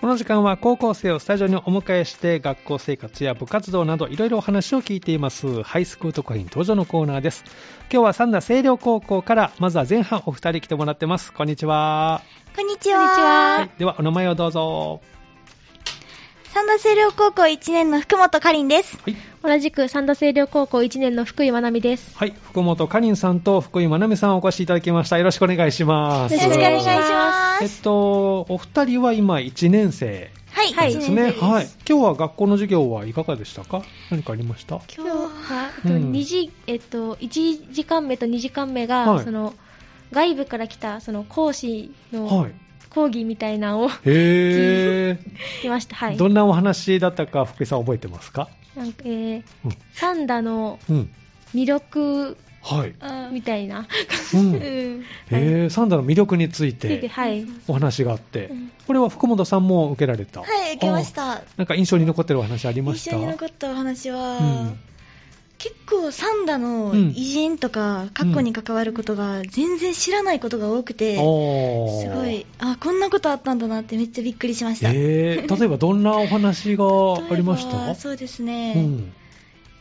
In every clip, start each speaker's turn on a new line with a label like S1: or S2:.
S1: この時間は高校生をスタジオにお迎えして学校生活や部活動などいろいろお話を聞いていますハイスクール特派員登場のコーナーです今日は三田清涼高校からまずは前半お二人来てもらってますこんにちは、
S2: こんにちは。は
S1: はい、ではお名前をどうぞ
S2: 三田清涼高校1年の福本かりんです。
S1: はい、
S3: 同じく三田清涼高校1年の福井まなみです。
S1: はい、福本かりんさんと福井まなみさんお越しいただきましたよろしくお願いします
S3: よろしくお願いします
S1: えっとお二人は今1年生
S2: はい、
S3: はい
S2: 一
S1: です
S2: 年生
S1: ね、
S2: です
S1: はい、今日は学校の授業はいかがでしたか何かありました
S3: 今日は、
S1: う
S3: えっと
S1: ん
S3: 二時えっと、1時間目と2時間目が、
S1: はい
S3: その外部から来たその講師
S1: は
S3: の
S1: い
S3: 講義みたいなのを
S1: へー
S3: 来ました。はい。
S1: どんなお話だったか福井さん覚えてますか、
S3: なんかえー
S1: うん
S3: サンダの
S1: うん、
S3: 魅力
S1: はい、
S3: みたいな。
S1: うん
S3: う
S1: へ
S3: ん
S1: えサンダの魅力につい
S3: ついて
S1: て
S3: はい。
S1: お話があって
S3: うん
S1: これは福本さんも受けられた
S2: はい、受けました。
S1: なんか印象に残ってるお話ありま
S2: 印
S1: した
S2: 象に残ったお話は、
S1: うん
S2: 結構サンダの
S1: うん
S2: 偉人とか、過去に関わることが全然知らないことが多くて、
S1: おー
S2: すごい、あ、こんなことあったんだなってめっちゃびっくりしました。
S1: えー例えばどんなお話が
S2: 例えば
S1: ありました
S2: そうですね、
S1: うん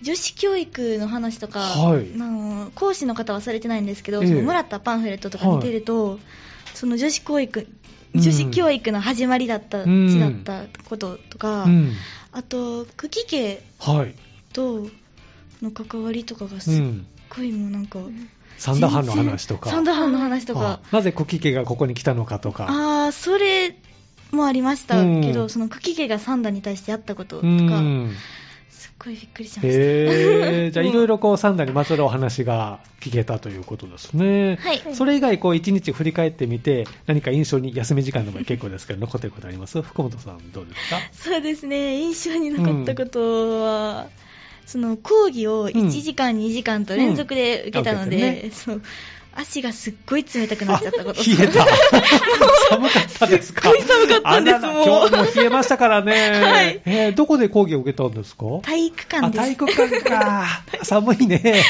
S2: 女子教育の話とか、
S1: はい
S2: あの講師の方はされてないんですけど、
S1: ええ
S2: そのもらったパンフレットとか見てると、その女子教育
S1: うん
S2: 女子教育の始まりだった、
S1: うん
S2: 地だったこととか、
S1: うん
S2: あと久喜家
S1: はい、
S2: との関わりとかがす
S1: う
S2: っ
S1: ん、
S2: ごいもうなんか、
S1: サンダハンの話とか
S2: サンダハンの話とか
S1: あなぜコキ家がここに来たのかとか
S2: ああそれもありましたけど、
S1: うん
S2: その久喜家がサンダに対してやったこ
S1: う
S2: ととか、
S1: ん
S2: すっごいびっくりしました。
S1: へ え、じゃあいろいろこうサンダにまつわるお話が聞けたということですね。
S2: はい
S1: それ以外こう一日振り返ってみて、何か印象に休み時間でも結構ですけど残ってることあります？福本さんどうですか？
S2: そうですね印象に残ったことは、その講義を1時間、2時間と連続で受けたの
S1: うんあ
S2: で、
S1: 受けて
S2: そう足がすっごい冷たくなっちゃったこと
S1: 冷え た。寒かったですか？すっごい寒か
S2: ったんですもう
S1: 今日も冷えましたからね。
S2: はい
S1: えーどこで講義を受けたんですか？
S2: 体育館
S1: あ、
S2: です
S1: 体育館か。 寒いね。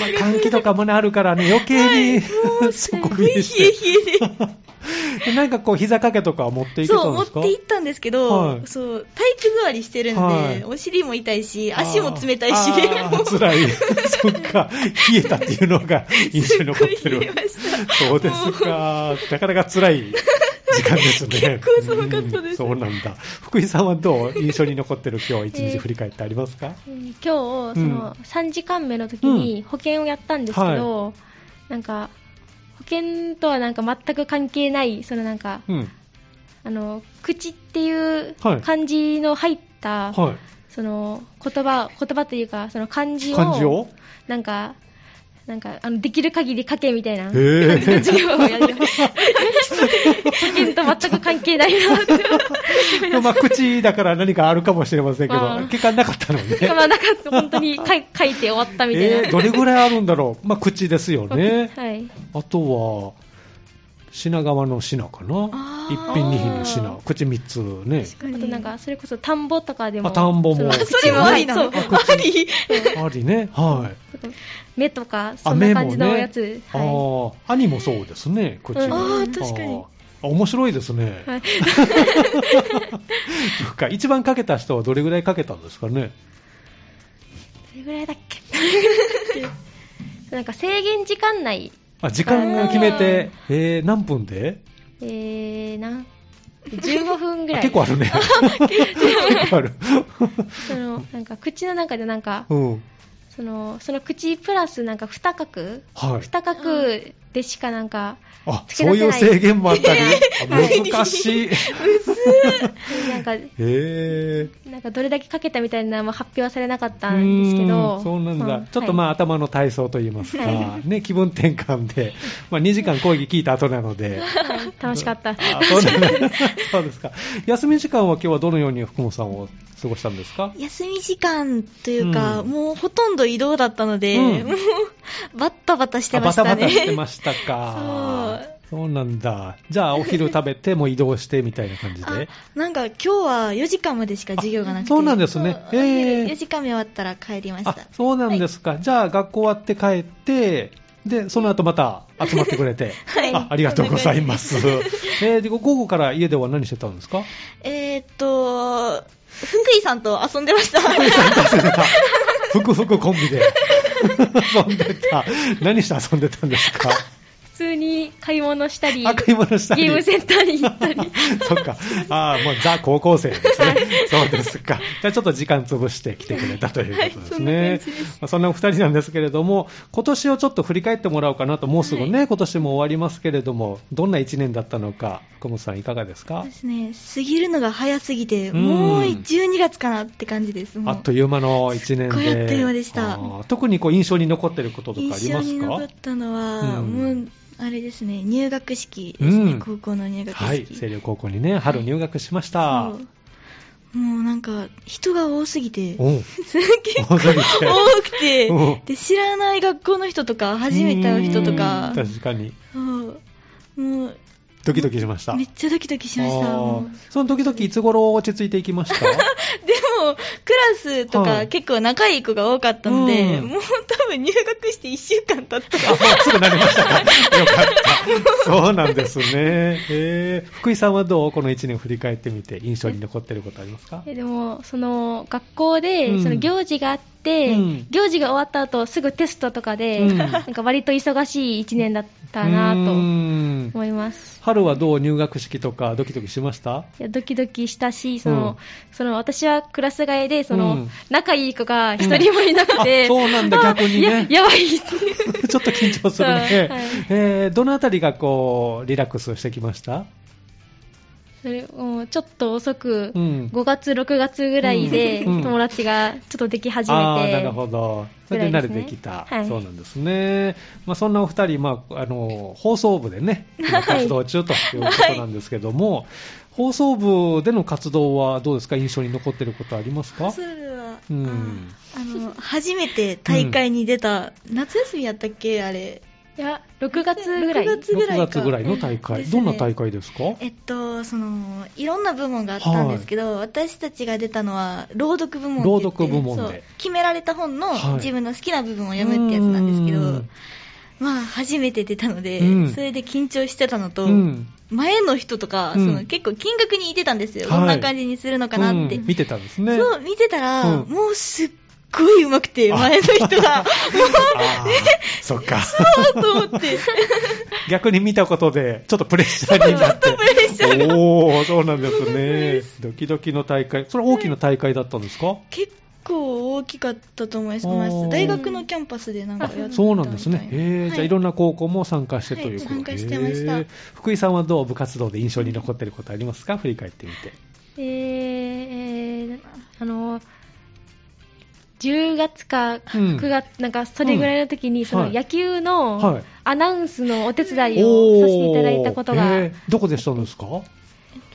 S1: まあ、換気とかもね、あるからね、余計に、 そこにして。
S2: 冷え冷
S1: でなんかこう、膝掛けとかは持って
S2: え
S1: い
S2: で
S1: けた
S2: そうん持
S1: で
S2: っ
S1: すか
S2: て行ったんですけど、
S1: はい
S2: そう体育座りしてるんで、
S1: はい
S2: お尻も痛いし足も冷たいし
S1: あーあー 辛い。そっか。冷えたっていうのが印象に残って
S2: すっごい冷え
S1: る
S2: ま。した
S1: そうですか。なかなか辛い時間ですね。
S2: 結構寒かったです
S1: うんそうなんだ。福井さんはどう印象に残ってる今日一日振り返ってありますか、
S3: えー今日その
S1: う
S3: 3時間目の時に保険をやったんですけど、なんか保険とはなんか全く関係ないそのなんか、
S1: うん。
S3: あの口っていう
S1: はい
S3: 漢字の入った、
S1: は
S3: その言葉言葉というかその漢
S1: い。
S3: 字を
S1: 感じを
S3: なんかなんかあのできる限り書けみたいな
S1: へー
S3: 授業を やって保険と全く関係ないな って
S1: まあ、口だから何かあるかもしれませんけど、
S3: まあ
S1: 結果なかったの ね。
S3: まあなんか本当に書い書いて終わったみたいな。
S1: えーどれぐらいあるんだろう、まあ、口ですよね、
S3: はい
S1: あとは品川の品かな
S2: あ、
S1: 一
S2: ー
S1: 品二品の品、口三つ ね、
S3: あとなんか、それこそ田んぼとかでも
S1: あ田んぼも
S3: その
S1: あ
S2: それもありなのあ
S3: そう
S2: り
S1: ありね、はい、
S3: 目とか
S1: あ
S3: そん
S1: 目
S3: な
S1: もね
S3: 感じのやつ、
S1: あ
S3: は
S1: ー兄もそうですね、口、
S3: うん
S2: あー確かに
S1: あーあ面白いですね、
S3: いはい、
S1: そっか一番かけた人はどれぐらいかけたんですかね、
S3: それぐらいだっけ なんか制限時間内
S1: あ時間を決めて、えー、何分で
S3: え ー、なん15分ぐら
S1: あ
S3: い
S1: 結構あ るね、結構ある、
S3: そのなんか口の中でなんか
S1: うん、
S3: そのその口プラスなんか二角
S1: はい。
S3: 二角でしかなんか、
S1: あ、
S3: 付
S1: そ
S3: け
S1: う
S3: 出
S1: い
S3: せ
S1: う
S3: ない
S1: 制限もあ ったり、
S3: はい
S1: あ難しい。へ
S3: なんか
S1: え。
S3: なんかどれだけかけたみたいなのは発表はされなかったんですけど
S1: うーんそうなんだ、
S3: まあ
S1: ちょっとまあ、
S3: はい
S1: 頭の体操といいますか、
S3: は
S1: ね、気分転換で、まあ、2時間講義聞いた後なので、
S3: はい楽しかった
S1: あそうなんだそうですか、休み時間は今日はどのように福本さんを過ごしたんですか、
S2: 休み時間というか、
S1: うん
S2: もうほとんど移動だったので、
S1: うん
S2: もうバッタバタして
S1: あ
S2: ま
S1: バ
S2: した
S1: タ
S2: ね。
S1: バタしてましたか、そうなんだ、じゃあ、お昼食べて、もう移動してみたいな感じで、
S2: あなんか今日は4時間までしか授業がなくて
S1: そうなんですね、
S2: そう
S1: ええ
S2: 4時間目終わったら帰りました
S1: あそうなんですか、じゃあ学校終わって帰ってで、その後また集まってくれ て、あありがとうございます。 えーで、午後から家では何してたんです か
S2: えーっと、ふんくいさんと遊んでました。
S1: ふくふくコンビで 遊んでた。何して遊んでたんですか
S3: 普通に買い物したり、
S1: あ買い物したり
S3: ゲームセンターに行ったり、
S1: そっか。ああ、もうザ高校生ですね。そうですか。じゃあちょっと時間潰して来てくれたということですね。
S3: はいそんな感じです
S1: まあそんなお二人なんですけれども、今年をちょっと振り返ってもらおうかなと、もうすぐね、今年も終わりますけれども、どんな一年だったのか、小本さんいかがですか
S2: ですね、過ぎるのが早すぎて、
S1: うん
S2: もう12月かなって感じです。も
S1: あっという間の一年で。
S2: すっごいあっという間でした
S1: あー特にこう印象に残ってることとかあ
S2: 印
S1: り
S2: 象
S1: ま
S2: に
S1: す
S2: 残っ
S1: か
S2: たのは、
S1: うん
S2: もう、あれですね、入学式ですね、
S1: うん
S2: 高校の入学式。
S1: はい、清涼高校にね、春入学しました。
S2: そうもうなんか、人が多すぎて、
S1: おう
S2: 結構
S1: 多すぎて
S2: 多 くて
S1: うん
S2: で、知らない学校の人とか、初めて会う人とか
S1: うん、確かに。
S2: そうもう、
S1: ドキドキしました。
S2: めっちゃドキドキしました。
S1: あー
S2: もう
S1: その時々いつ頃落ち着いていきま した
S2: でも、クラスと
S1: は
S2: か
S1: い
S2: 結構仲いい子が多かったので、
S1: うん
S2: もう多分入学して1週間経った
S1: あ、もうすぐなりました か。よかった。そうなんですね。えー、福井さんはどうこの1年振り返ってみて印象に残ってることありますか
S3: えでもその学校
S1: う
S3: で
S1: ん
S3: その行事があって、
S1: うん
S3: 行事が終わった後すぐテストとかで、
S1: うん
S3: なんか割と忙しい1年だったな
S1: う
S3: と
S1: ーん
S3: 思います
S1: 春はどう入学式とかドキドキしました
S3: いやドキドキしたしそ
S1: うん
S3: の、その私はクラス替えでその、
S1: うん
S3: 仲いい子が一人もいなくて、
S1: あそうなんだ
S3: あ
S1: 逆にね
S3: ややばい
S1: ちょっと緊張するね。
S3: そう はい
S1: えーどのあたりがこう、リラックスしてきました
S3: それもちょっと遅く、
S1: うん
S3: 5月6月ぐらいで
S1: うん
S3: 友達がちょっとでき始めて、
S1: ああ、なるほど。それで慣れてきた。
S3: ぐらいですねはい
S1: そうなんですね。まあ、そんなお二人、まあ、あの、放送部でね、今活動中ということなんですけども、放送部での活動はどうですか印象に残ってることありますか
S2: それは、
S1: うん
S2: ああの初めて大会に出た、夏休みやったっけあれ
S3: いや6月ぐらい
S2: 6月ぐらいか
S1: 6月ぐらいの大会。
S2: です
S1: ど
S2: ね
S1: んな大会ですか
S2: えっとそのいろんな部門があったんですけど、私たちが出たのは朗読部門って言って
S1: 朗読部門で
S2: そう決められた本の
S1: はい
S2: 自分の好きな部分を読むってやつなんですけど、
S1: うん
S2: まあ初めて出たので、
S1: うん
S2: それで緊張してたのと、
S1: うん
S2: 前の人とか、
S1: うん
S2: その結構金額にいてたんですよ、
S1: はい
S2: こんな感じにするのかなって、
S1: うん見てたんですね。
S2: そう見てたら、
S1: うん
S2: もうすっごい上手くて
S1: あ
S2: 前の人が
S1: あ
S2: も
S1: ーそっ か。
S2: うと思って
S1: 逆に見たことで、ちょっとプレッシャーになって。
S2: プレッシャーが
S1: おー、そうなんですね。ドキドキの大会。それは大きな大会だったんですか
S2: 結構大きかったと思
S1: あ
S2: います
S1: ー
S2: 大学のキャンパスでなんかやってたみたい
S1: そうなんですね。えーじゃあいろん
S2: な
S1: な高校も参加してということで、
S2: はい参加してました
S1: えー福井さんはどう部活動で印象に残ってることありますか振り返ってみて。
S3: えー、あの10月か
S1: うん
S3: 9月、なんかそれぐらいの時に、そ
S1: は
S3: の
S1: い
S3: 野球
S1: はい
S3: のアナウンスのお手伝いをさせていただいたことが、
S1: おーえーどこでしたんですか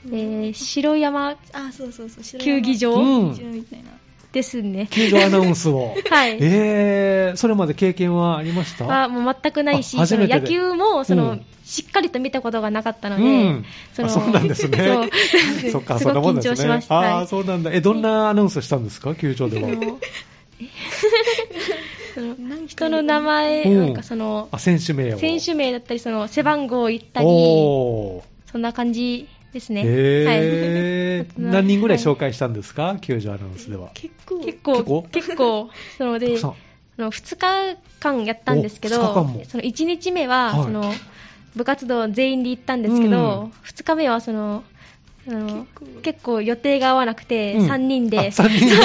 S3: えー城山
S2: あそうそうそう
S3: 球技場
S1: うん
S2: 球技場みたいな
S3: ですね。
S1: 球場アナウンスを。
S3: はい
S1: えーそれまで経験はありました
S3: はもう全くないし、
S1: あ初
S3: そ
S1: め
S3: の
S1: てで
S3: 野球もその、
S1: うん
S3: しっかりと見たことがなかったので、
S1: うん
S3: その
S1: あそうなんです
S3: そう
S1: ね。 そっか、
S3: すご
S1: そん
S3: い
S1: なもんです
S3: 緊張しま
S1: ね
S3: し。た
S1: あ
S3: は
S1: あ、
S3: い
S1: そうなんだ。え、どんなアナウンスしたんですか球場で
S3: そ
S1: は。
S3: のその人の名前、
S1: うん
S3: なんかその
S1: あ、選手名を。
S3: 選手名だったり、その背番号を言ったり、
S1: おー。
S3: そんな感じですね。
S1: へー
S3: はい
S1: 何人ぐらい
S3: は
S1: 紹介したんですか球場アナウンスでは。
S2: 結 構
S3: 結
S1: 結
S3: 構
S1: 構、
S3: 結構、その
S1: た
S3: で、
S1: くさん
S3: その2日間やったんですけど、
S1: お二日間も
S3: その1日目は、
S1: はい
S3: その部活動全員で行ったんですけ
S1: う
S3: ど
S1: ん、
S3: 2日目はその、あの結構予定が合わなくて、
S1: うん
S3: 3人で、
S1: あ三人で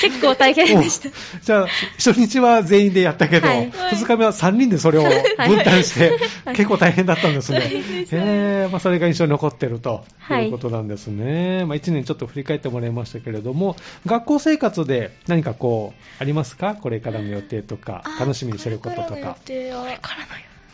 S3: 結構大変でした。
S1: おじゃあ、初日は全員でやったけど、
S3: はい
S1: 2日目は3人でそれを分担して、結構大変だったんですね。へーまあ、それが印象に残ってると
S3: はい
S1: いうことなんですね。まあ、1年ちょっと振り返ってもらいましたけれども、学校生活で何かこう、ありますかこれからの予定とか、楽しみにしてることとか。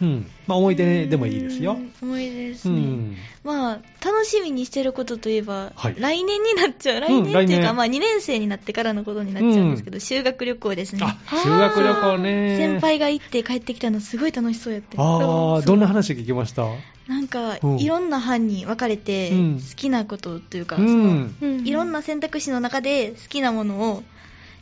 S1: うん。まあ、思い出でもいいですよ。
S2: 思い出です
S1: う
S2: ね、
S1: ん。
S2: まあ、楽しみにしてることといえば、
S1: はい
S2: 来年になっちゃう、来年っていうか、まあ、2年生になってからのことになっちゃうんですけど、修学旅行ですね、
S1: あ、修学旅行ね。
S2: 先輩が行って帰ってきたの、すごい楽しそうやって、
S1: ああ、どんな話聞きました
S2: なんか、
S1: うん
S2: いろんな班に分かれて、
S1: うん
S2: 好きなことというか、
S1: うん。
S2: そのいろんな選択肢の中で好きなものを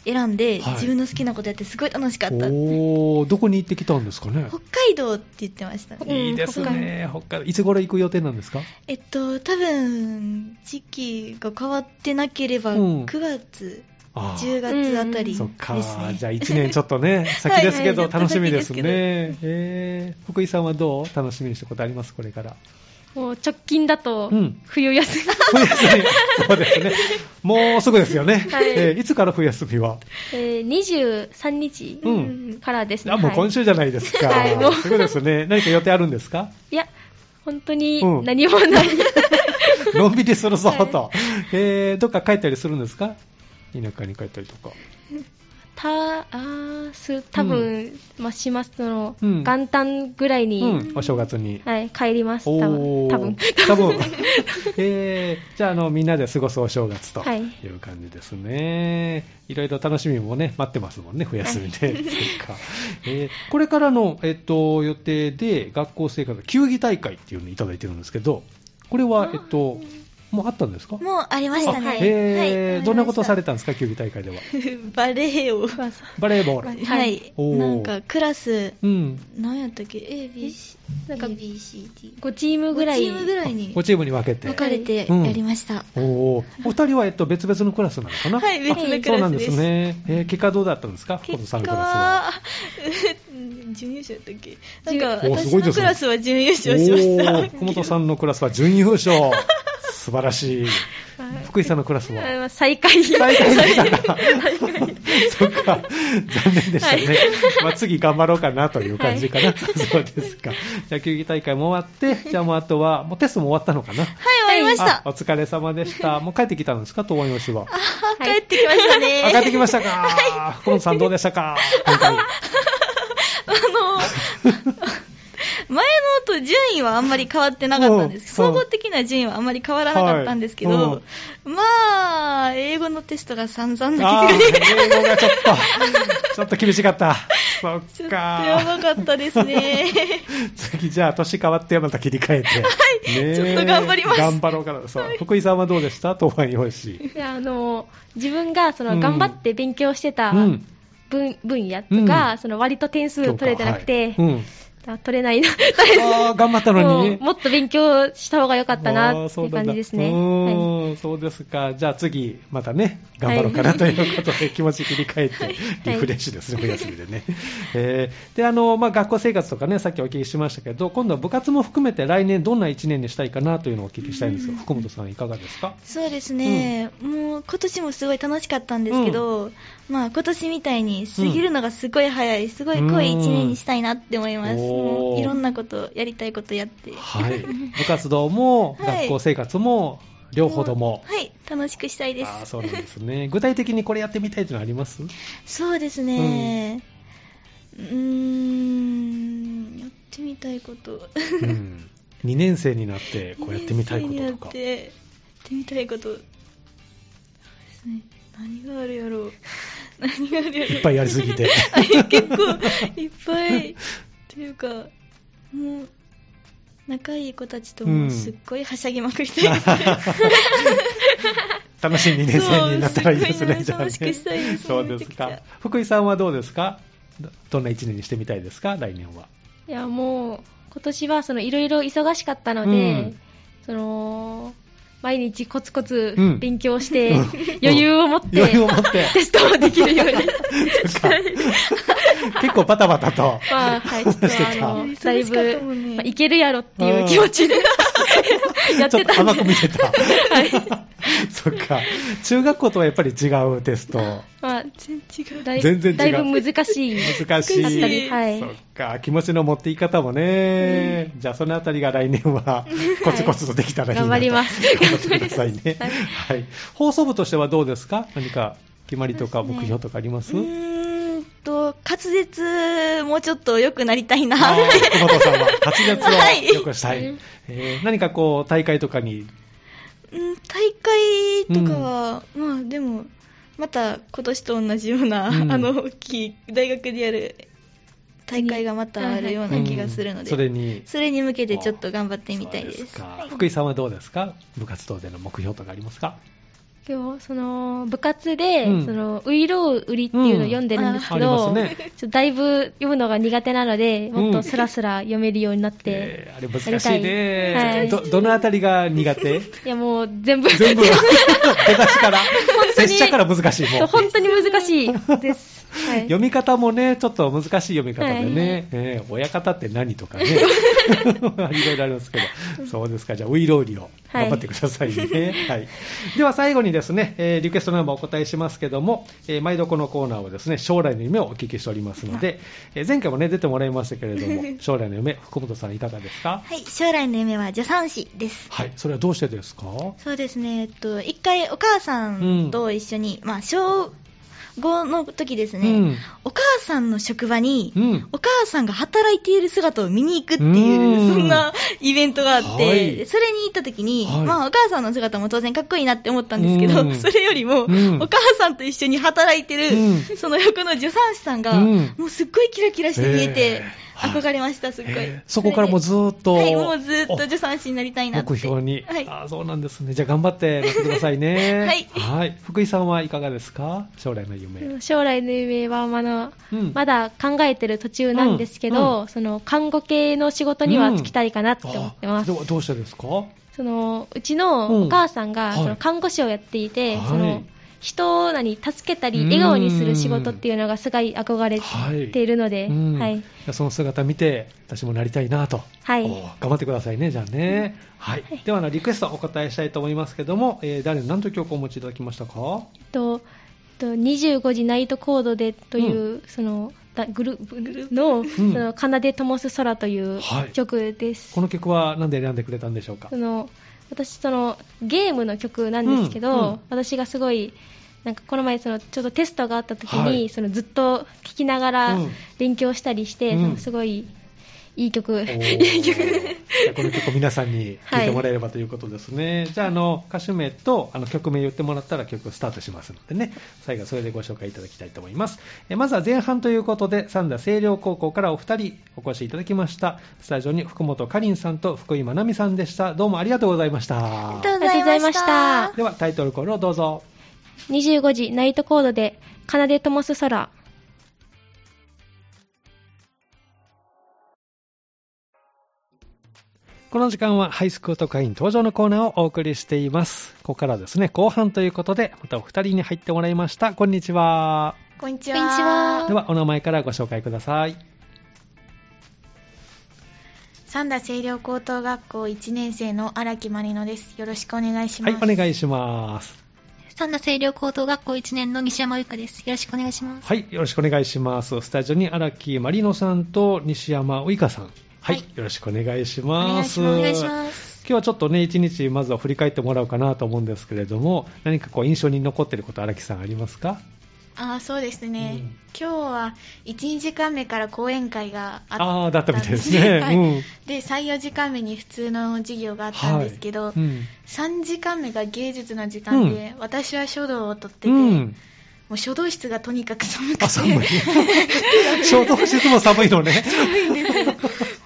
S2: 選んで、
S1: はい
S2: 自分の好きなことやってすごい楽しかった、
S1: おお、どこに行ってきたんですかね
S2: 北。海道って言ってましたね
S3: うん
S1: いいですね、北海道。いつ頃行く予定なんですか
S2: えっと多分時期が変わってなければ
S1: うん
S2: 9月、
S1: あー
S2: 10月あたりです
S1: そっ
S2: ね、
S1: か、じゃあ1年ちょっと ね、先ですけど、
S2: はいはい
S1: 楽しみです
S2: ちょっと先
S1: ね。えー、福井さんはどう楽しみにしたことありますこれから。
S3: もう直近だと
S1: うん
S3: 冬休み、
S1: 冬休み、そうですね。もうすぐですよね。
S3: はい
S1: えーいつから冬休みは
S3: えー23日
S1: うん
S3: からですね、
S1: あ、もう
S3: はい
S1: 今週じゃないですか。
S3: はいもう
S1: すぐですね。何か予定あるんですか
S3: いや本当に
S1: うん
S3: 何もない、
S1: のんびりするぞ、
S3: はい
S1: と。えー、どっか帰ったりするんですか田舎に帰ったりとか。
S3: たあーす多分、まあ、しますその、
S1: うん
S3: 元旦ぐらいに、
S1: うん、お正月に。
S3: はい、帰ります多
S1: お
S3: 分
S1: ー
S3: 多分
S1: 多分えー、じゃああのみんなで過ごすお正月と
S3: はい
S1: いう感じですね、い、ろいろ楽しみもね待ってますもんね冬休みで、 そっかえーこれからの、えっと予定で学校生活球技大会っていうのをいただいてるんですけどこれはえっともうあったんですか
S2: もうありましたね、
S1: あ
S2: はい
S1: えーどんなことされ
S2: た
S1: たんですか球技大会では
S2: バレエを
S1: バレーボール、
S2: はい
S1: おー
S2: なんかクラス
S1: うん
S2: 何やったっけ ABC
S3: なんか
S2: ABCD
S3: 5チームぐらい
S2: チームぐらいに
S1: 5チームに分けて
S2: 分かれて
S1: うん
S2: やりました、
S1: おおお二人は、えっと、別々のクラスなのかな
S2: はい別のクラスで
S1: あ
S2: す
S1: そうなんですね。えー結果どうだったんですか福本
S2: 結
S1: さ
S2: 果
S1: んのクラスは。
S2: は、 準優勝やったっけなんか、
S1: おーす
S2: 私
S1: ごいで
S2: の
S1: す
S2: ク
S1: ね
S2: ラスは準優勝しま
S1: お
S2: し
S1: ー
S2: た。
S1: 福本さんのクラスは準優 勝。素晴らしい。福井さんのクラスは
S3: あの最下位
S1: 最下位で したか。そっか。残念でしたね。まあ次頑張ろうかなという感じかな。そうですか。じゃあ球技大会も終わって、じゃあもうあとは、もうテストも終わったのかな。
S2: はい、終わりました。
S1: あお疲れ様でした。もう帰ってきたんですか、東園市は。
S2: あ帰ってきましたね。
S1: 上がってき ましたか、福本さんどうでしたか今回
S2: 前のと順位はあんまり変わってなかったんです。
S1: うんう
S2: 総
S1: ん
S2: 合的な順位はあんまり変わらなかったんですけ
S1: は
S2: ど
S1: い、
S2: まあ、英語のテストが散々
S1: あ
S2: な
S1: あ、
S2: 結果で、
S1: 英語がちょっ と、ちょっと厳しかった。そ
S2: ちょ
S1: っ
S2: っとや
S1: か。
S2: ばかったですね。
S1: 次、じゃあ、年変わってまた切り替えて。はい
S2: ちょっと頑張ります
S1: 頑張ろうかな。そう。福井さんはどうでした東湾用紙。
S3: であの自分がそ
S1: うん
S3: の頑張って勉強してた
S1: う
S3: 分,、
S1: ん
S3: 分野とか、
S1: うん
S3: その割と点数取れてなくて、
S1: はいうん。
S3: あ取れない な
S1: ああ、頑張ったの
S3: もう
S1: に。
S3: もっと勉強した方が良かった
S1: あ
S3: な
S1: ー
S3: って
S1: そ
S3: いう
S1: うな
S3: 感
S1: んだ
S3: じですね。
S1: う
S3: は
S1: ーん、そうですか。じゃあ次、またね、頑張ろうかな
S3: はい
S1: ということで、気持ち切り替えて、リフレッシュですね、お休みでね。えーで、あの、まあ、学校生活とかね、さっきお聞きしましたけど、今度は部活も含めて来年どんな1年にしたいかなというのをお聞きしたいんですが、福本さんいかがですか
S2: そうですね、もう今年もすごい楽しかったんですけど、まあ今年みたいに過ぎるのがすごい早い、すごい濃い一年にしたいなって思います、
S1: うん
S2: も
S1: おー
S2: ういろんなこと、やりたいことやって、
S1: はい。部活動も、
S2: はい
S1: 学校生活も、両方とも。
S2: はい、楽しくしたいです。
S1: ああ、そうなんですね。具体的にこれやってみたいというのはあります
S2: そうですね、うーん、やってみたいこと、
S1: うん。2年生になって、こうやってみたいこ
S2: 人
S1: と
S2: 生
S1: と
S2: にな
S1: か
S2: っ。て、やってみたいこと、そうですね、何があるやろう、 何があるやろう。
S1: いっぱいやりすぎて。
S2: はい結構いっぱいっていうかもう仲いい子たちと
S1: う
S2: も
S1: ん
S2: すっごいはしゃぎまくりたいです、
S1: 楽しい2年生になったらいいですね、
S2: そう
S1: じゃあね。
S2: 楽しくしたいです
S1: そうです
S2: めちゃ
S1: か
S2: くち。
S1: 福井さんはどうですかどどんな1年にしてみたいですか、来年は。
S3: い、いやもう今年はそのいろいろ忙しかったので、
S1: うん
S3: その毎日コツコツ
S1: うん
S3: 勉強して、
S1: うん
S3: 余裕を持って、
S1: 余裕を持 って、
S3: テストをできるよう に、
S1: 結構バタバタと。
S3: まあ、はい、ちょっとあ
S1: そう
S3: の
S2: ですか
S3: だい
S2: 忙しかっ
S3: ぶ
S2: たもんね、
S3: まあ、いけるやろっていう気持ちで や っ
S1: ちょってと
S3: たん
S1: 甘
S3: で
S1: く見てた。
S3: はい、
S1: そっか。中学校とはやっぱり違うテスト。
S3: まあ、
S2: 全然違う
S3: だい
S1: 全然違う
S3: だいぶ難しい。
S1: 難し
S3: だったり
S1: い。
S3: はい
S1: そっか。気持ちの持っていき方もね。じゃあそのあたりが来年 はコツコツとできたらいいなと
S3: 頑張ります
S1: 頑張ってください ね。はい。放送部としてはどうですか何か決まりとか
S2: そうですね
S1: 目標とかあります
S2: うーんと滑舌もうちょっと良くなりたいな
S1: あー
S2: は
S1: 福本さんは滑舌
S2: はい
S1: を良くしたい、えー何かこう大会とかに、
S2: うん大会とかは、まあでもまた今年と同じような、
S1: うん
S2: あの大きい大学でやる大会がまたあるような気がするので、
S1: うんそれに
S2: それに向けてちょっと頑張ってみたいです
S1: そうか福井さんはどうですか部活動での目標とかありますか
S3: 今日その部活で、
S1: うん
S3: そのウイロウ売りっていうのを読んでるんですけ
S1: う
S3: ど、
S1: んあありますね
S3: ちょっとだいぶ読むのが苦手なので、
S1: うん
S3: もっとスラスラ読めるようになって、
S1: えーあれ難しいね、
S3: やりたい
S1: どどのあたりが苦手
S3: いやもう全部、
S1: 全部 出だしから
S3: 当に
S1: 拙者から難しいもう
S3: 本当に難しいです。はい
S1: 読み方もね、ちょっと難しい読み方でね、
S3: はい
S1: えー親方って何とかね、いろ いろありますけど、そうですか、じゃあ、ウイロウリを頑張ってくださいね。はいでは最後にですね、えーリクエストナンバーお答えしますけども、えー毎度このコーナーはですね、将来の夢をお聞きしておりますので、えー前回もね、出てもらいましたけれども、将来の夢、福本さんいかがですか
S2: はい、将来の夢は助産師です。
S1: はい、それはどうしてですか
S2: そうですね、えっと、一回お母さんと一緒に、まあ、小5の時ですね、
S1: うん
S2: お母さんの職場に、
S1: うん
S2: お母さんが働いている姿を見に行くって
S1: う
S2: い
S1: ん
S2: う、そんなイベントがあって、
S1: はい
S2: それに行った時に、
S1: はい
S2: まあ、お母さんの姿も当然かっこいいなって思ったんですけど、
S1: うん
S2: それよりも、
S1: うん
S2: お母さんと一緒に働いてる、
S1: うん
S2: その横の助産師さんが、
S1: うん
S2: もうすっごいキラキラして見え
S1: へ
S2: て
S1: え、
S2: 憧れました、すっごい。
S1: えーそこからもうずーっと。
S2: はい、もうずーっと
S1: お
S2: 助産師になりたいなって。
S1: 目標に、
S2: はい。
S1: あーそうなんですねじゃあ頑張ってなってくださいね
S2: はい
S1: 福井さんはいかがですか将来の夢、
S3: 将来の夢はまだ
S1: うん
S3: まだ考えてる途中なんですけ
S1: うんう
S3: ど、その看護系の仕事には就きたいかなって思ってます
S1: あー。どどうしてですか
S3: そのうち
S1: うん
S3: のお母さんが、
S1: はい
S3: その看護師をやっていて、
S1: はい
S3: その人を何助けた
S1: うん
S3: り笑顔にする仕事っていうのがすごい憧れ
S1: はい
S3: ているので、
S1: うん
S3: はい
S1: じゃあその姿見て私もなりたいなと、
S3: はい
S1: おー頑張ってくださいねじゃあね、はいではあのリクエストお答えしたいと思いますけども、えー誰の何という曲をお持ちいただきましたか
S3: えっとえっと25時ナイトコードでという、そのだグループの「その奏で灯す空」という
S1: はい
S3: 曲です。
S1: この曲は何で選んでくれたんでしょうか
S3: その私そのゲームの曲なんですけど、
S1: うんうん
S3: 私がすごいなんかこの前そのちょっとテストがあった時に、
S1: はい
S3: そのずっと聴きながら
S1: うん
S3: 勉強したりして、
S1: うん
S3: そのすごいいい曲、
S1: おー
S3: いい曲
S1: じゃあこの曲皆さんに聴いてもらえればということですね、じゃああの歌手名とあの曲名言ってもらったら曲スタートしますのでね最後それでご紹介いただきたいと思いますえまずは前半ということで三田清涼高校からお二人お越しいただきましたスタジオに福本かりんさんと福井まなみさんでしたどうもありがとうございました
S2: ありがとう
S3: がとうご
S2: ご
S3: ざ
S2: ざ
S3: い
S2: い
S3: ま
S2: ま
S3: し
S2: したた
S1: ではタイトルコールをどうぞ
S3: 25時ナイトコードで「奏で灯す空」
S1: この時間はハイスクート会員登場のコーナーをお送りしていますここからはですね後半ということでまたお二人に入ってもらいましたこんにちは
S2: こんにちは。
S3: こんにちは
S1: ではお名前からご紹介ください
S4: 三田清涼高等学校1年生の荒木まりのです。よろしくお願いし
S1: は
S4: ま
S1: い
S4: す。、
S1: お願いします。
S5: 三田清涼高等学校1年の西山由香です。よろしくお願いします。
S1: はい、よろしくお願いします。スタジオに荒木まりのさんと西山ういかさん。はい、
S4: はい
S1: よろしくお願いします。。
S4: お願い
S5: します
S1: 今日はちょっとね、一日まずは振り返ってもらおうかなと思うんですけれども、何かこう印象に残っていること荒木さんありますか
S4: あーそうですね、
S1: うん
S4: 今日は1、2時間目から講演会が
S1: あ
S4: あ
S1: あー、
S4: っ
S1: だったた
S4: ん
S1: み
S4: で
S1: たい
S4: す
S1: ですね。
S4: はい
S1: うん。
S4: で、3、4時間目に普通の授業があったんですけど、
S1: はいうん
S4: 3時間目が芸術の時間で、私は書道をとってて、も
S1: ん。
S4: う書道室がとにかく寒くて
S1: あ、寒い。消毒室も寒いのね。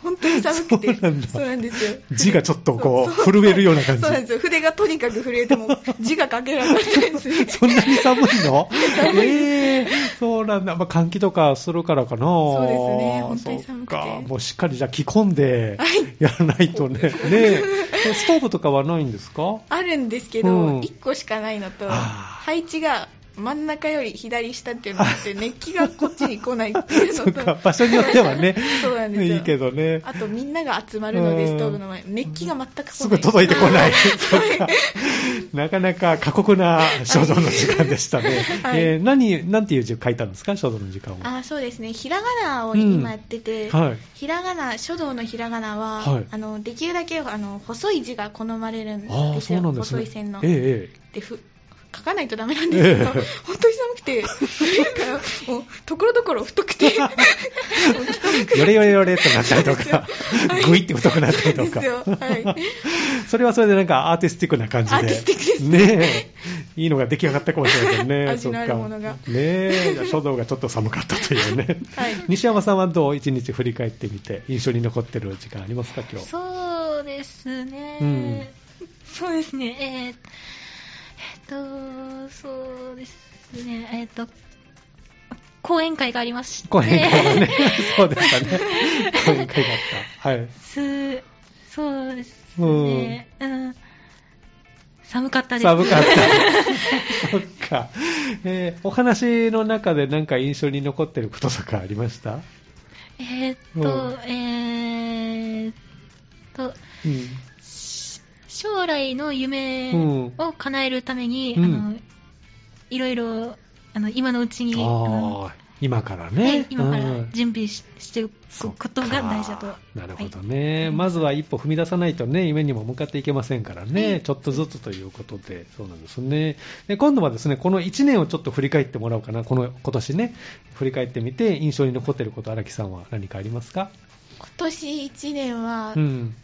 S4: 本当に寒くて
S1: そうなんだ
S4: ですよ
S1: 字がちょっとこう、震えるような感じ。
S4: そうなんですよ筆がとにかく震えて も字が書けなかったですね
S1: そんなに寒いのええそうなんだ。まあ、換気とかするからかな。そう
S4: ですね本当に寒くて
S1: っかもうしっかりじゃあ着込んでやらないとね。ねええストーブとかはないんですか
S4: あるんですけど、
S1: うん
S4: 1個しかないのと、
S1: あー
S4: 配置が真ん中より左下っていうのがあ って、熱気がこっちに来ないっていう
S1: そ
S4: の
S1: っか
S4: と、、。
S1: 場所によってはね
S4: そうなんですよ
S1: いいけどね。
S4: あとみんなが集まるので、
S1: う
S4: ス
S1: ん
S4: トーブの前、熱気が全く来ない。
S1: すぐ届いてこない。そっかなかなか過酷な書道の時間でしたね。
S4: はい
S1: えー何、なんていう字を書いたんですか書道の時間を。
S4: あーそうですね、ひらがなを今やってて、
S1: はい。
S4: ひらがな、書道のひらがなは、
S1: はい
S4: あのできるだけあの細い字が好まれるん
S1: あ
S4: で
S1: あ、
S4: す
S1: そう
S4: よ、
S1: なんです
S4: 細
S1: ね。
S4: い線の。
S1: ええええ
S4: でふ書かないとダメなんですけど、
S1: ええ
S4: 本当に寒くて、なんかもう、ところどころ太く て、
S1: よれよれよれってなったりとか、ぐいって太くなったりとか
S4: ですよ。はい
S1: それはそれでなんかアーティスティックな感じで。
S4: アーティスティックです
S1: ねえ。いいのが出来上がったかもしれないけどね。
S4: 味のある
S1: そっか
S4: ものが
S1: ねえ。じゃあ書道がちょっと寒かったというね。
S4: はい
S1: 西山さんはどう一日振り返ってみて、印象に残ってる時間ありますか、今日。
S5: そうですね。
S1: うん
S5: そうですね。えーえーっ
S3: と、そうですね、えっ、と、講演会がありまして。
S1: 講演会がね、そうでしたね。講演会があった。はい。
S3: す、そうですね。うん。寒かったです。
S1: 寒かった。 そっか。えーお話の中で何か印象に残ってることとかありました
S3: えーっ
S1: うん
S3: と、えーっと、
S1: うん。
S3: 将来の夢
S1: うん
S3: を叶えるために、
S1: うん
S3: あのいろいろあの今のうちにあ
S1: あ
S3: の
S1: あ、今から
S3: ね
S1: ね。
S3: 今か
S1: う
S3: ら
S1: ん
S3: 準備ししておくことが大事だと
S1: そっかなるほどね、まずは一歩踏み出さないとね、夢にも向かっていけませんからね、ちょっとずつということで、そうなんですね。で、今度はですね、この1年をちょっと振り返ってもらおうかな、この今年ね、振り返ってみて、印象に残っていること、荒木さんは何かありますか
S2: 今年1年は
S1: うん。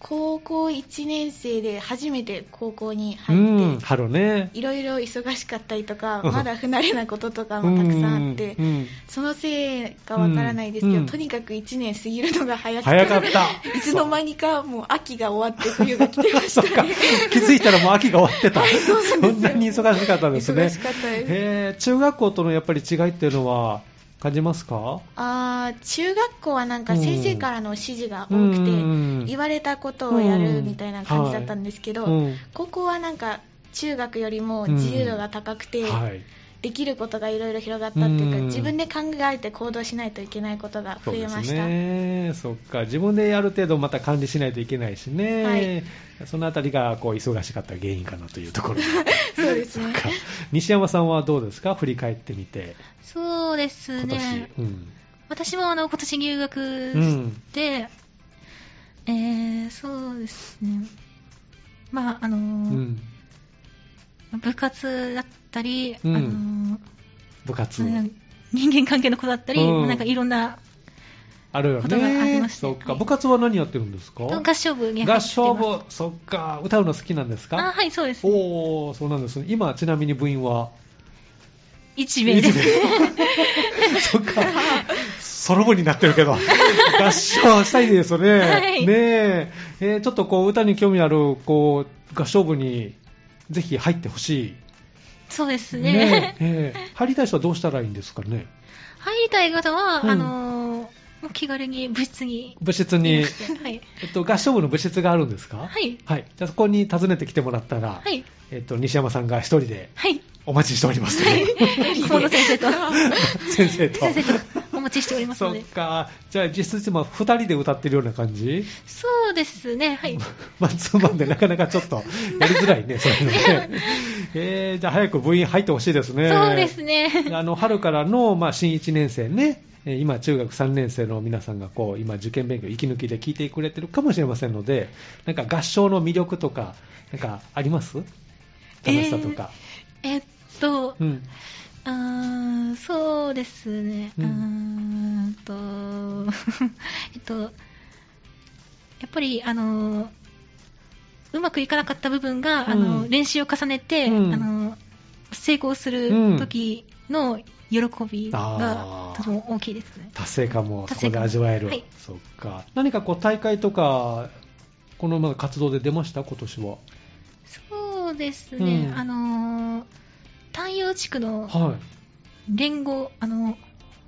S2: 高校1年生で初めて高校に
S1: う
S2: 入
S1: ん、
S2: って
S1: 春ね。
S2: いろいろ忙しかったりとか
S1: うん
S2: まだ不慣れなこととかもたくさんあって
S1: うんうん
S2: そのせいかわからないですけど、
S1: うん
S2: とにかく1年過ぎるのが早くて
S1: 早かった。
S2: いつの間にかもう秋が終わって冬が来てまし た
S1: そっか
S2: ね。
S1: 気づいたらもう秋が終わってた。
S2: そうな
S1: そ
S2: んですよ
S1: んなに忙しかったんですね。
S2: 忙しかったです
S1: へー中学校とのやっぱり違いっていうのは感じますか
S2: あー中学校はなんか先生からの指示が多くて、
S1: うん
S2: 言われたことをやるみたいな感じだったんですけど、
S1: うん
S2: 高校はなんか中学よりも自由度が高くて、
S1: はい。
S2: できることがいろいろ広がったっていうか、
S1: うん
S2: 自分で考えて行動しないといけないことが
S1: そ
S2: 増
S1: う
S2: え
S1: で
S2: ますした。
S1: ね。そっか。自分である程度また管理しないといけないしね。そのあたりがこう忙しかった原因かなというところが。
S2: そうです
S1: そっ
S2: ね。
S1: か西山さんはどうですか振り返ってみて。
S3: そうです
S1: 今年
S3: ね。。
S1: うん。
S3: 私もあの今年入学
S1: う
S3: し
S1: ん。
S3: て、えー、そうですね。まあ、あのー
S1: うん。
S3: 部活だったり、
S1: うん
S3: あの
S1: 部活。
S3: ー人間関係の子だったり、
S1: うん
S3: なんかいろんな
S1: あるよ
S3: ことがあり
S1: ね。
S3: まして
S1: そっか。
S3: はい
S1: 部活は何やってるんですか
S3: 合唱部に入って
S1: 合
S3: ます
S1: 唱部。そっか。歌うの好きなんです
S3: あ、
S1: か
S3: はい、そうです。
S1: おー、そうなんですね。今、ちなみに部員は
S3: 一名です。
S1: そっか。ソロ部になってる けど、合唱したいですよね。
S3: はい
S1: ねええーちょっとこう、歌に興味ある、こう、合唱部に、ぜひ入ってほし
S3: そうです
S1: い。
S3: ね。
S1: えええ入りたい人はどうしたらいいんですかね。
S3: 入りたい方は、
S1: うん
S3: あのーもう気軽に部室に。
S1: 部室に、
S3: はい。
S1: えっと、合唱部の部室があるんですか
S3: はい。
S1: はい。じゃあそこに訪ねてきてもらったら、
S3: はい。
S1: えっと、西山さんが一人で
S3: はい。
S1: お待ちしております、ね。
S3: 河野先生と、
S1: 先生と。
S3: 先生とお持ちしております
S1: そ
S3: の
S1: っ
S3: で。
S1: か。 じゃあ実質今二人で歌ってるような感じ
S3: そうですね。はい。
S1: マンツーマンでなかなかちょっとやりづらい ね、そういうのね。 えー、じゃあ早く部員入ってほしいですね。
S3: そうですね。
S1: あの、春からの、まあ、新1年生ね、えー今、中学3年生の皆さんが、こう、今、受験勉強、息抜きで聞いてくれてるかもしれませんので、なんか合唱の魅力とか、なんかあります楽しさとか。
S3: えっと、
S1: うん。
S3: あーそうですね。
S1: う
S3: うんーんと、 えっと、やっぱり、あの、うまくいかなかった部分が、あ
S1: う
S3: の
S1: ん
S3: 練習を重ねて、
S1: うん
S3: あの成功す
S1: うん
S3: る時の喜び
S1: あ
S3: が
S1: ー
S3: とても大きいですね。
S1: 達成感もそ
S3: 達
S1: こ
S3: 成感
S1: で味わえる。
S3: はい
S1: そっか。何かこう、大会とか、このまま活動で出ました今年は。
S3: そうですね、
S1: うん
S3: あの、太陽地区の
S1: はい。
S3: 連合、あの、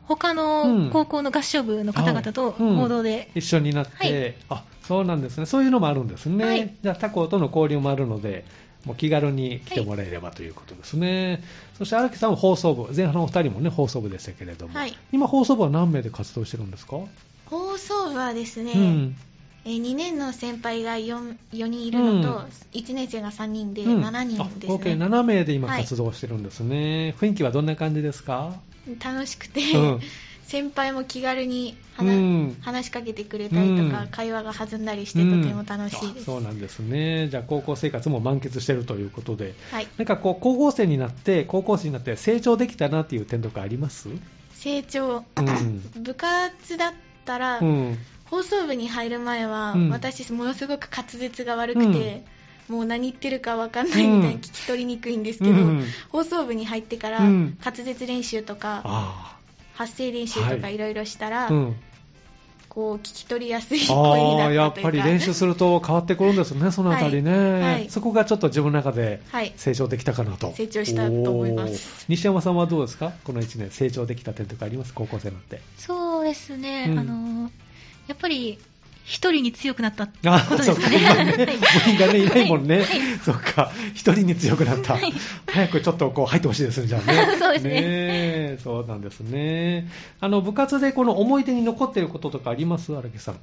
S3: 他
S1: うん
S3: の高校の合唱部の方々と
S1: うん
S3: 合同で、
S1: 一緒になって、
S3: はい
S1: あそうなんですね、そういうのもあるんですね、
S3: はい
S1: じゃあ他校との交流もあるので、もう気軽に来てもらえればということですね、そして荒木さんは放送部、前半のお二人もね、放送部でしたけれども、
S2: はい
S1: 今、放送部は何名で活動してるんですか、
S2: 放送部はですね、
S1: うん、
S2: えー2年の先輩が 4, 4人いるのと、
S1: うん
S2: 1年生が3人で
S1: うん
S2: 7人
S1: あ合計
S2: ですね、
S1: 7名で今、
S2: はい
S1: 活動してるんですね、雰囲気はどんな感じですか、
S2: 楽しくて、
S1: うん
S2: 先輩も気軽に
S1: う
S2: 話,、
S1: ん
S2: 話しかけてくれたりとか、
S1: うん
S2: 会話が弾んだりして、
S1: うん
S2: とても楽しいで
S1: あ
S2: す、
S1: そうなんですね、じゃあ高校生活も満喫してるということで、
S2: はい、
S1: なんかこう、高校生になって、高校生になって成長できたなっていう点とかあります、
S2: 成
S1: う
S2: 長、
S1: ん
S2: 部活だったら、
S1: うん
S2: 放送部に入る前は、
S1: うん
S2: 私ものすごく滑舌が悪くて、もう何言ってるか分かんないみたいに聞き取りにくいんですけど、
S1: うん
S2: 放送部に入ってから、
S1: うん
S2: 滑舌練習とか
S1: あ
S2: 発声練習と
S1: は
S2: か
S1: い
S2: いろいろしたら、
S1: あ、うん。
S2: こう聞き取りやすい声に
S1: あ
S2: な
S1: あ、
S2: っ
S1: や
S2: た
S1: っ
S2: という
S1: ぱ
S2: か
S1: り練習すると変わってくるんですね、そのあたりね、
S2: はいはい
S1: そこがちょっと自分の中で
S2: はい
S1: 成長できたかなと、
S2: 成長したと思います
S1: おー。西山さんはどうですか、この1年、成長できた点とかあります、高校生になって。
S5: そうですね、
S1: うん
S5: あのやっぱり一人に強くなったこと
S1: あ
S5: で
S1: そ
S5: す
S1: うか、
S5: かね。
S1: 今ね、部員がね、いないもんね、そっか、一人に強くなった、早くちょっとこう入ってほしいですね、じゃあね。
S5: そうですね
S1: えそうなんですね。あの、部活でこの思い出に残っていることとかあります荒木さん。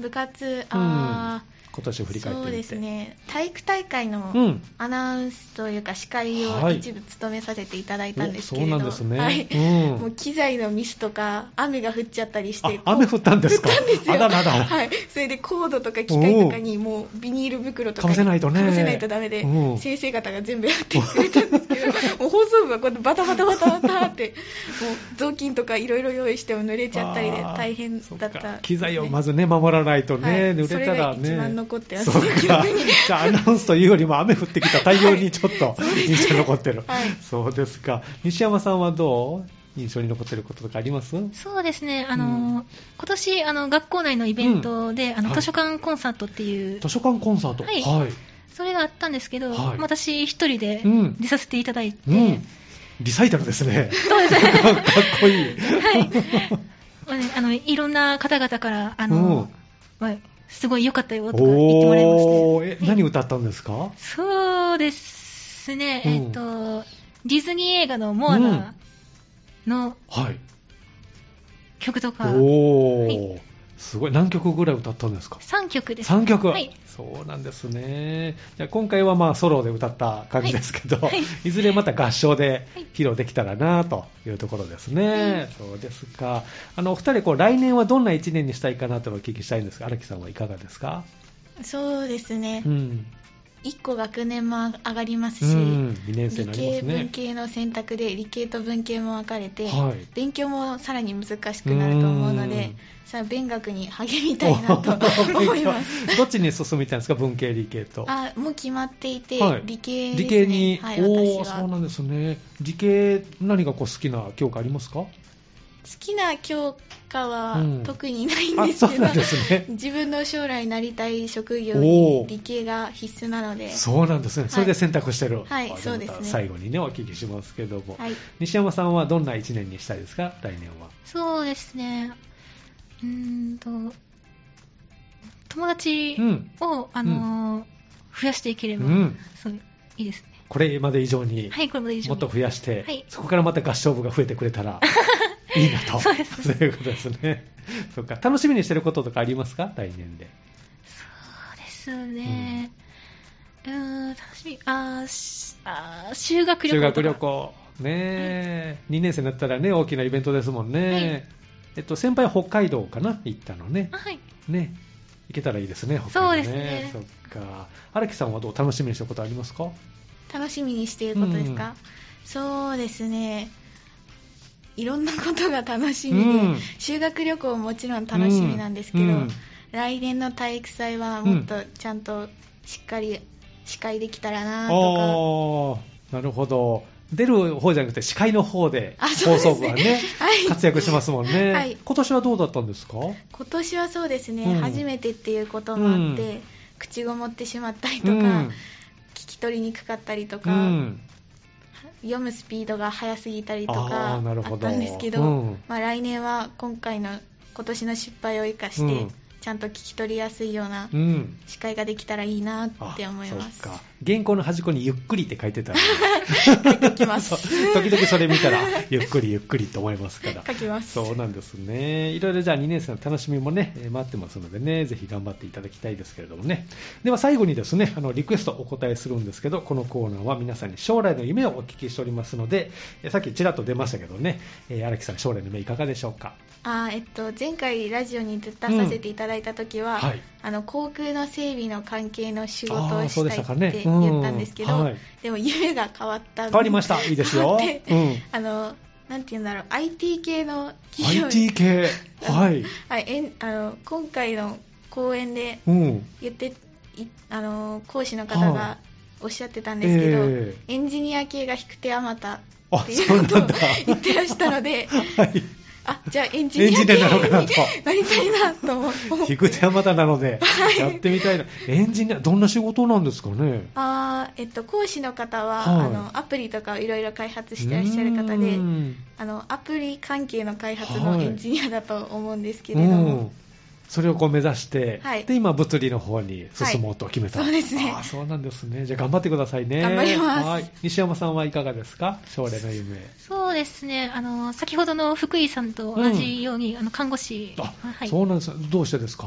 S2: 部活あー、
S1: 今年振り返ってみ
S2: そ
S1: て。
S2: うです。ね体育大会
S1: う
S2: の
S1: ん。
S2: アナウンスというか司会を
S1: はい
S2: 一部務めさせていただいたん
S1: お
S2: です
S1: そ
S2: け
S1: う
S2: れど、
S1: なんですね。
S2: はい、
S1: うん
S2: もう機材のミスとか雨が降っちゃったりして
S1: あ、雨降ったんですかあららら。
S2: はい、それでコードとか機械とかにもうビニール袋とか
S1: かぶ
S2: に
S1: せないとね
S2: かぶせないとダメで
S1: うん
S2: 先生方が全部やってくれたんですけどもう放送部はこうやってバタバタバタバタってもう雑巾とかいろいろ用意しても濡れちゃったりで大変だった
S1: あーそか機材をまずね、守らないとね、
S2: はい
S1: 濡れたらね。
S2: それが一番残ってます
S1: そうか。じゃあ、アナウンスというよりも雨降ってきた対応にちょっと印象に残ってる。
S2: はい
S1: そうですか。西山さんはどう印象に残ってることとかあります
S5: そうですね、あ
S1: うん
S5: の今年あの学校内のイベントで、あ
S1: は
S5: の
S1: い
S5: 図書館コンサートっていう、
S1: 図書館コンサート。
S5: はいそれがあったんですけど、
S1: はい
S5: 私一人で
S1: うん
S5: 出させていただいて、
S1: うん。リサイタルですね。そうですね。かっこいい。
S5: まあねあのいろんな方々からあ
S1: うん
S5: の、まあすごい良かったよとか言ってもらいまして、
S1: おーえ、何歌ったんですか
S5: そうですね、
S1: うん
S5: えっ、とディズニー映画のモアナの
S1: はい。
S5: 曲とか、
S1: おー、
S5: は
S1: すごい。何曲ぐらい歌ったんですか
S5: 3曲です。
S1: 3曲、
S5: はい
S1: そうなんですねじゃあ今回はまあソロで歌った感じですけど、 い、ずれまた合唱で披露できたらなというところですね、そうですかあのお二人こう来年はどんな1年にしたいかなというのをお聞きしたいんですが荒木さんはいかがですか、
S2: そうですね
S1: うん
S2: 1個学年も上がります
S1: う
S2: し、
S1: ん、2年生に
S2: 理
S1: なりま
S2: 系
S1: す
S2: 文
S1: ね
S2: 系の選択で理系と文系も分かれて、
S1: はい
S2: 勉強もさらに難しくなると思うの
S1: う
S2: で
S1: ん
S2: さあ勉学に励みた いなと思います
S1: す どっちに進みたいんですか文系理系と
S2: あもう決まっていて、
S1: はい
S2: 理系です、ね、
S1: 理系に、
S2: はい、
S1: おー
S2: 私は
S1: そう
S2: 好
S1: なんですね理系何がこう好きな教科ありますか
S2: きな教科は
S1: うん
S2: 特にないん
S1: あ
S2: です
S1: そう
S2: けど、
S1: なんですね
S2: 自分の将来なりたい職業
S1: お
S2: に
S1: ー
S2: 理系が必須なので
S1: そうなんですね、
S2: はい
S1: それで選択してる、
S2: は
S1: あ
S2: い
S1: じゃあ
S2: そうですね
S1: また最後にね、お聞きしますけども、
S2: はい
S1: 西山さんはどんな1年にしたいですか、来年は。
S5: そうですね。うーんと、友達
S1: うん
S5: を、あのー増やしていければ、
S1: うん
S5: そういいですね。
S1: これまで以上に、
S5: はい、これまで以上。
S1: もっと増やして、
S5: はい
S1: そこからまた合唱部が増えてくれた らいいなと、
S5: そうです
S1: そういうことですね。そっか楽しみにしてることとかありますか、来年で。
S5: そうですね。うーん、楽しみ。あーしあー修学旅行
S1: 修
S5: とか。
S1: 学旅行、ねえ、2年生になったらね、大きなイベントですもんね。
S5: はい
S1: えっと、先輩、北海道かな、行ったのね
S5: あ。はい。
S1: ね、行けたらいいですね、北
S5: そう
S1: 海道
S5: ですね
S1: そっか。荒木さんはどう楽しみにしたことありますか
S2: 楽しみにしていることです
S1: う
S2: か、
S1: ん
S2: そうですねいろんなことが楽しみで、
S1: うん
S2: 修学旅行ももちろん楽しみなんですけど、
S1: うんうん
S2: 来年の体育祭はもっとちゃんとしっかり司会できたらなと
S1: あーなるほど。出る方じゃなくて司会の方で
S2: あそう
S1: 放
S2: ですね
S1: 送部は ね、
S2: はい
S1: 活躍しますもんね、
S2: はい
S1: 今年はどうだったんですか
S2: か今年はそうですね、
S1: うん
S2: 初めてっていうこともあって、
S1: うん
S2: 口ごもってしまったりとか、
S1: うん
S2: 聞き取りにくかったりと
S1: う
S2: か、
S1: ん、
S2: 読むスピードが速すぎたりと
S1: あ
S2: かあ
S1: ーなるほ
S2: っ
S1: ど
S2: たんですけど、
S1: うん
S2: まあ、来年は今回の今年の失敗を生かして、
S1: うん
S2: ちゃんと聞き取りやすいような
S1: うん。
S2: 司会ができたらいいなっ
S1: あ
S2: て思います
S1: そっか。原稿の端っこにゆっくりって書いてたら、
S2: 書きます
S1: 時々それ見たら、ゆっくりゆっくりと思いますから。
S2: 書きます
S1: そうなんですね。いろいろじゃあ2年生の楽しみもね、えー待ってますのでね、ぜひ頑張っていただきたいですけれどもね。では最後にですね、あの、リクエストお答えするんですけど、このコーナーは皆さんに将来の夢をお聞きしておりますので、えーさっきちらっと出ましたけどね、えー荒木さん将来の夢いかがでしょうか
S2: あーえっと、前回ラジオに出させていただいた時は、
S1: うんはい
S2: あの航空の整備の関係の仕事
S1: あー
S2: を
S1: そうで
S2: した
S1: し
S2: い
S1: た
S2: って
S1: かね
S2: 言ったんですけど、
S1: うんはい
S2: でも夢が変わった
S1: 変わりました。いいです
S2: 変 わ
S1: よ
S2: っ。て
S1: うん。
S2: あのなんて言うんだろう IT 系の企業に
S1: IT 系。はい。
S2: はい、えんあの今回の講演で
S1: うん。
S2: 言っていあの講師の方
S1: は
S2: がおっしゃってたんですけど、
S1: え
S2: エンジニア系が引く手あまた
S1: あ
S2: っていうこ
S1: そう
S2: とを
S1: なんだ
S2: 言ってらしたので、
S1: はい。
S2: あじゃあエンジニ
S1: エ
S2: ア
S1: ンジニアになろうかなと。
S2: なりたいなと思って
S1: 菊池はまだなの で、やってみたいな。エンジニア、どんな仕事なんですかね。
S2: あーえっと、講師の方は、
S1: はい
S2: あのアプリとかをいろいろ開発してらっしゃる方であのアプリ関係の開発
S1: は
S2: の
S1: い
S2: エンジニアだと思うんですけ
S1: う
S2: れども、
S1: ん。それをこう目指して、
S2: はい
S1: で、今、物理の方に進もうと決めた。
S2: はいそうですね
S1: あーそうなんですね。じゃあ、頑張ってくださいね。
S2: 頑張ります
S1: はい。西山さんはいかがですか将来の夢。
S5: そうですね、あの先ほどの福井さんと同じように、あの看護師、
S1: あ、
S5: はい、
S1: そうなんです。どうしてですか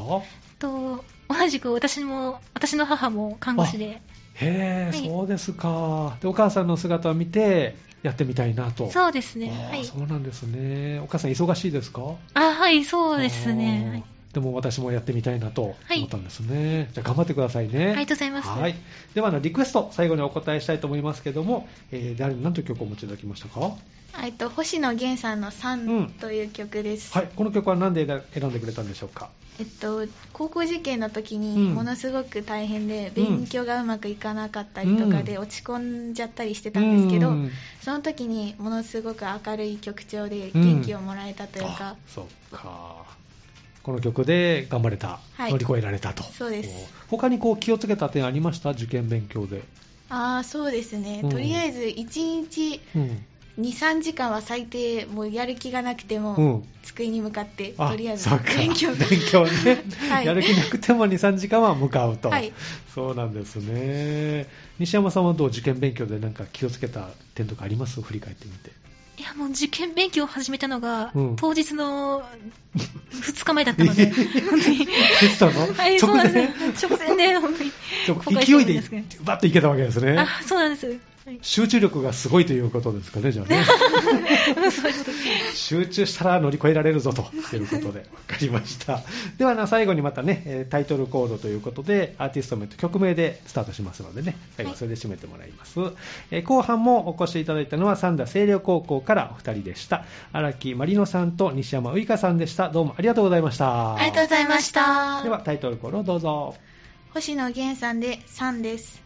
S5: と同じく私も私の母も看護師で、
S1: へえ、
S5: はい
S1: そうですか。で、お母さんの姿を見て、やってみたいなと。
S5: そうですね、
S1: あー
S5: はい、
S1: そうなんですね。お母さん忙しいですか
S5: あはい、そうですね、はい、
S1: あーでも私もやってみたいなと
S5: はい
S1: 思ったんですね。じゃあ頑張ってください
S5: あ
S1: ね。
S5: りがとうございます。
S1: はい。ではあのリクエスト最後にお答えしたいと思いますけども、えー、誰何という曲をお持ちいただきましたか。は
S2: あえっと、星野源さんの「さ
S1: うん
S2: ん」という曲です、
S1: い。この曲は何で選んでくれたんでしょうか。
S2: えっと、高校受験の時
S1: う
S2: に
S1: ん
S2: ものすごく大変で、
S1: うん
S2: 勉強がうまくいかなかったりとかで
S1: うん
S2: 落ち込んじゃったりしてたんですけど、
S1: うん
S2: その時にものすごく明るい曲調で
S1: うん
S2: 元気をもらえたというか、
S1: あそうか。この曲で頑張れた、
S2: はい
S1: 乗り越えられたと。
S2: そうです
S1: お。他にこう気をつけた点ありました受験勉強で。
S2: ああそうですね、
S1: うん
S2: とりあえず1日
S1: うん。
S2: 23時間は最低もうやる気がなくても、
S1: うん
S2: 机に向かって
S1: あ
S2: とりあえず
S1: そうか
S2: 勉強
S1: 勉強 ね、
S2: はい
S1: やる気なくても2、3時間は向かうと、
S2: はい
S1: そうなんですね、西山さんはどう、受験勉強でなんか気をつけた点とかあります振り返ってみて、
S5: いや、もう受験勉強を始めたのが、
S1: うん
S5: 当日の2日前だった ので、本当に。
S1: テストの、
S5: はい、そう
S1: 直
S5: なん
S1: 前、
S5: ですよ。直前で、本当に。後悔して
S1: 勢
S5: る
S1: い
S5: ん
S1: で
S5: ですけど
S1: バッといけたわけですね、
S5: あ、そうなんです。はい
S1: 集中力がすごいということですかね、じゃあね。 集中したら乗り越えられるぞということで、わかりました。ではな、最後にまたね、えータイトルコードということで、アーティスト名と曲名でスタートしますのでね、最後はそれで締めてもらいます。えー後半もお越しいただいたのは、三田清涼高校からお二人でした。荒木まりのさんと西山ういかさんでした。どうもありがとうございました。
S2: ありがとうございました
S1: では、タイトルコードをどうぞ。
S2: 星野源さんで「さん」です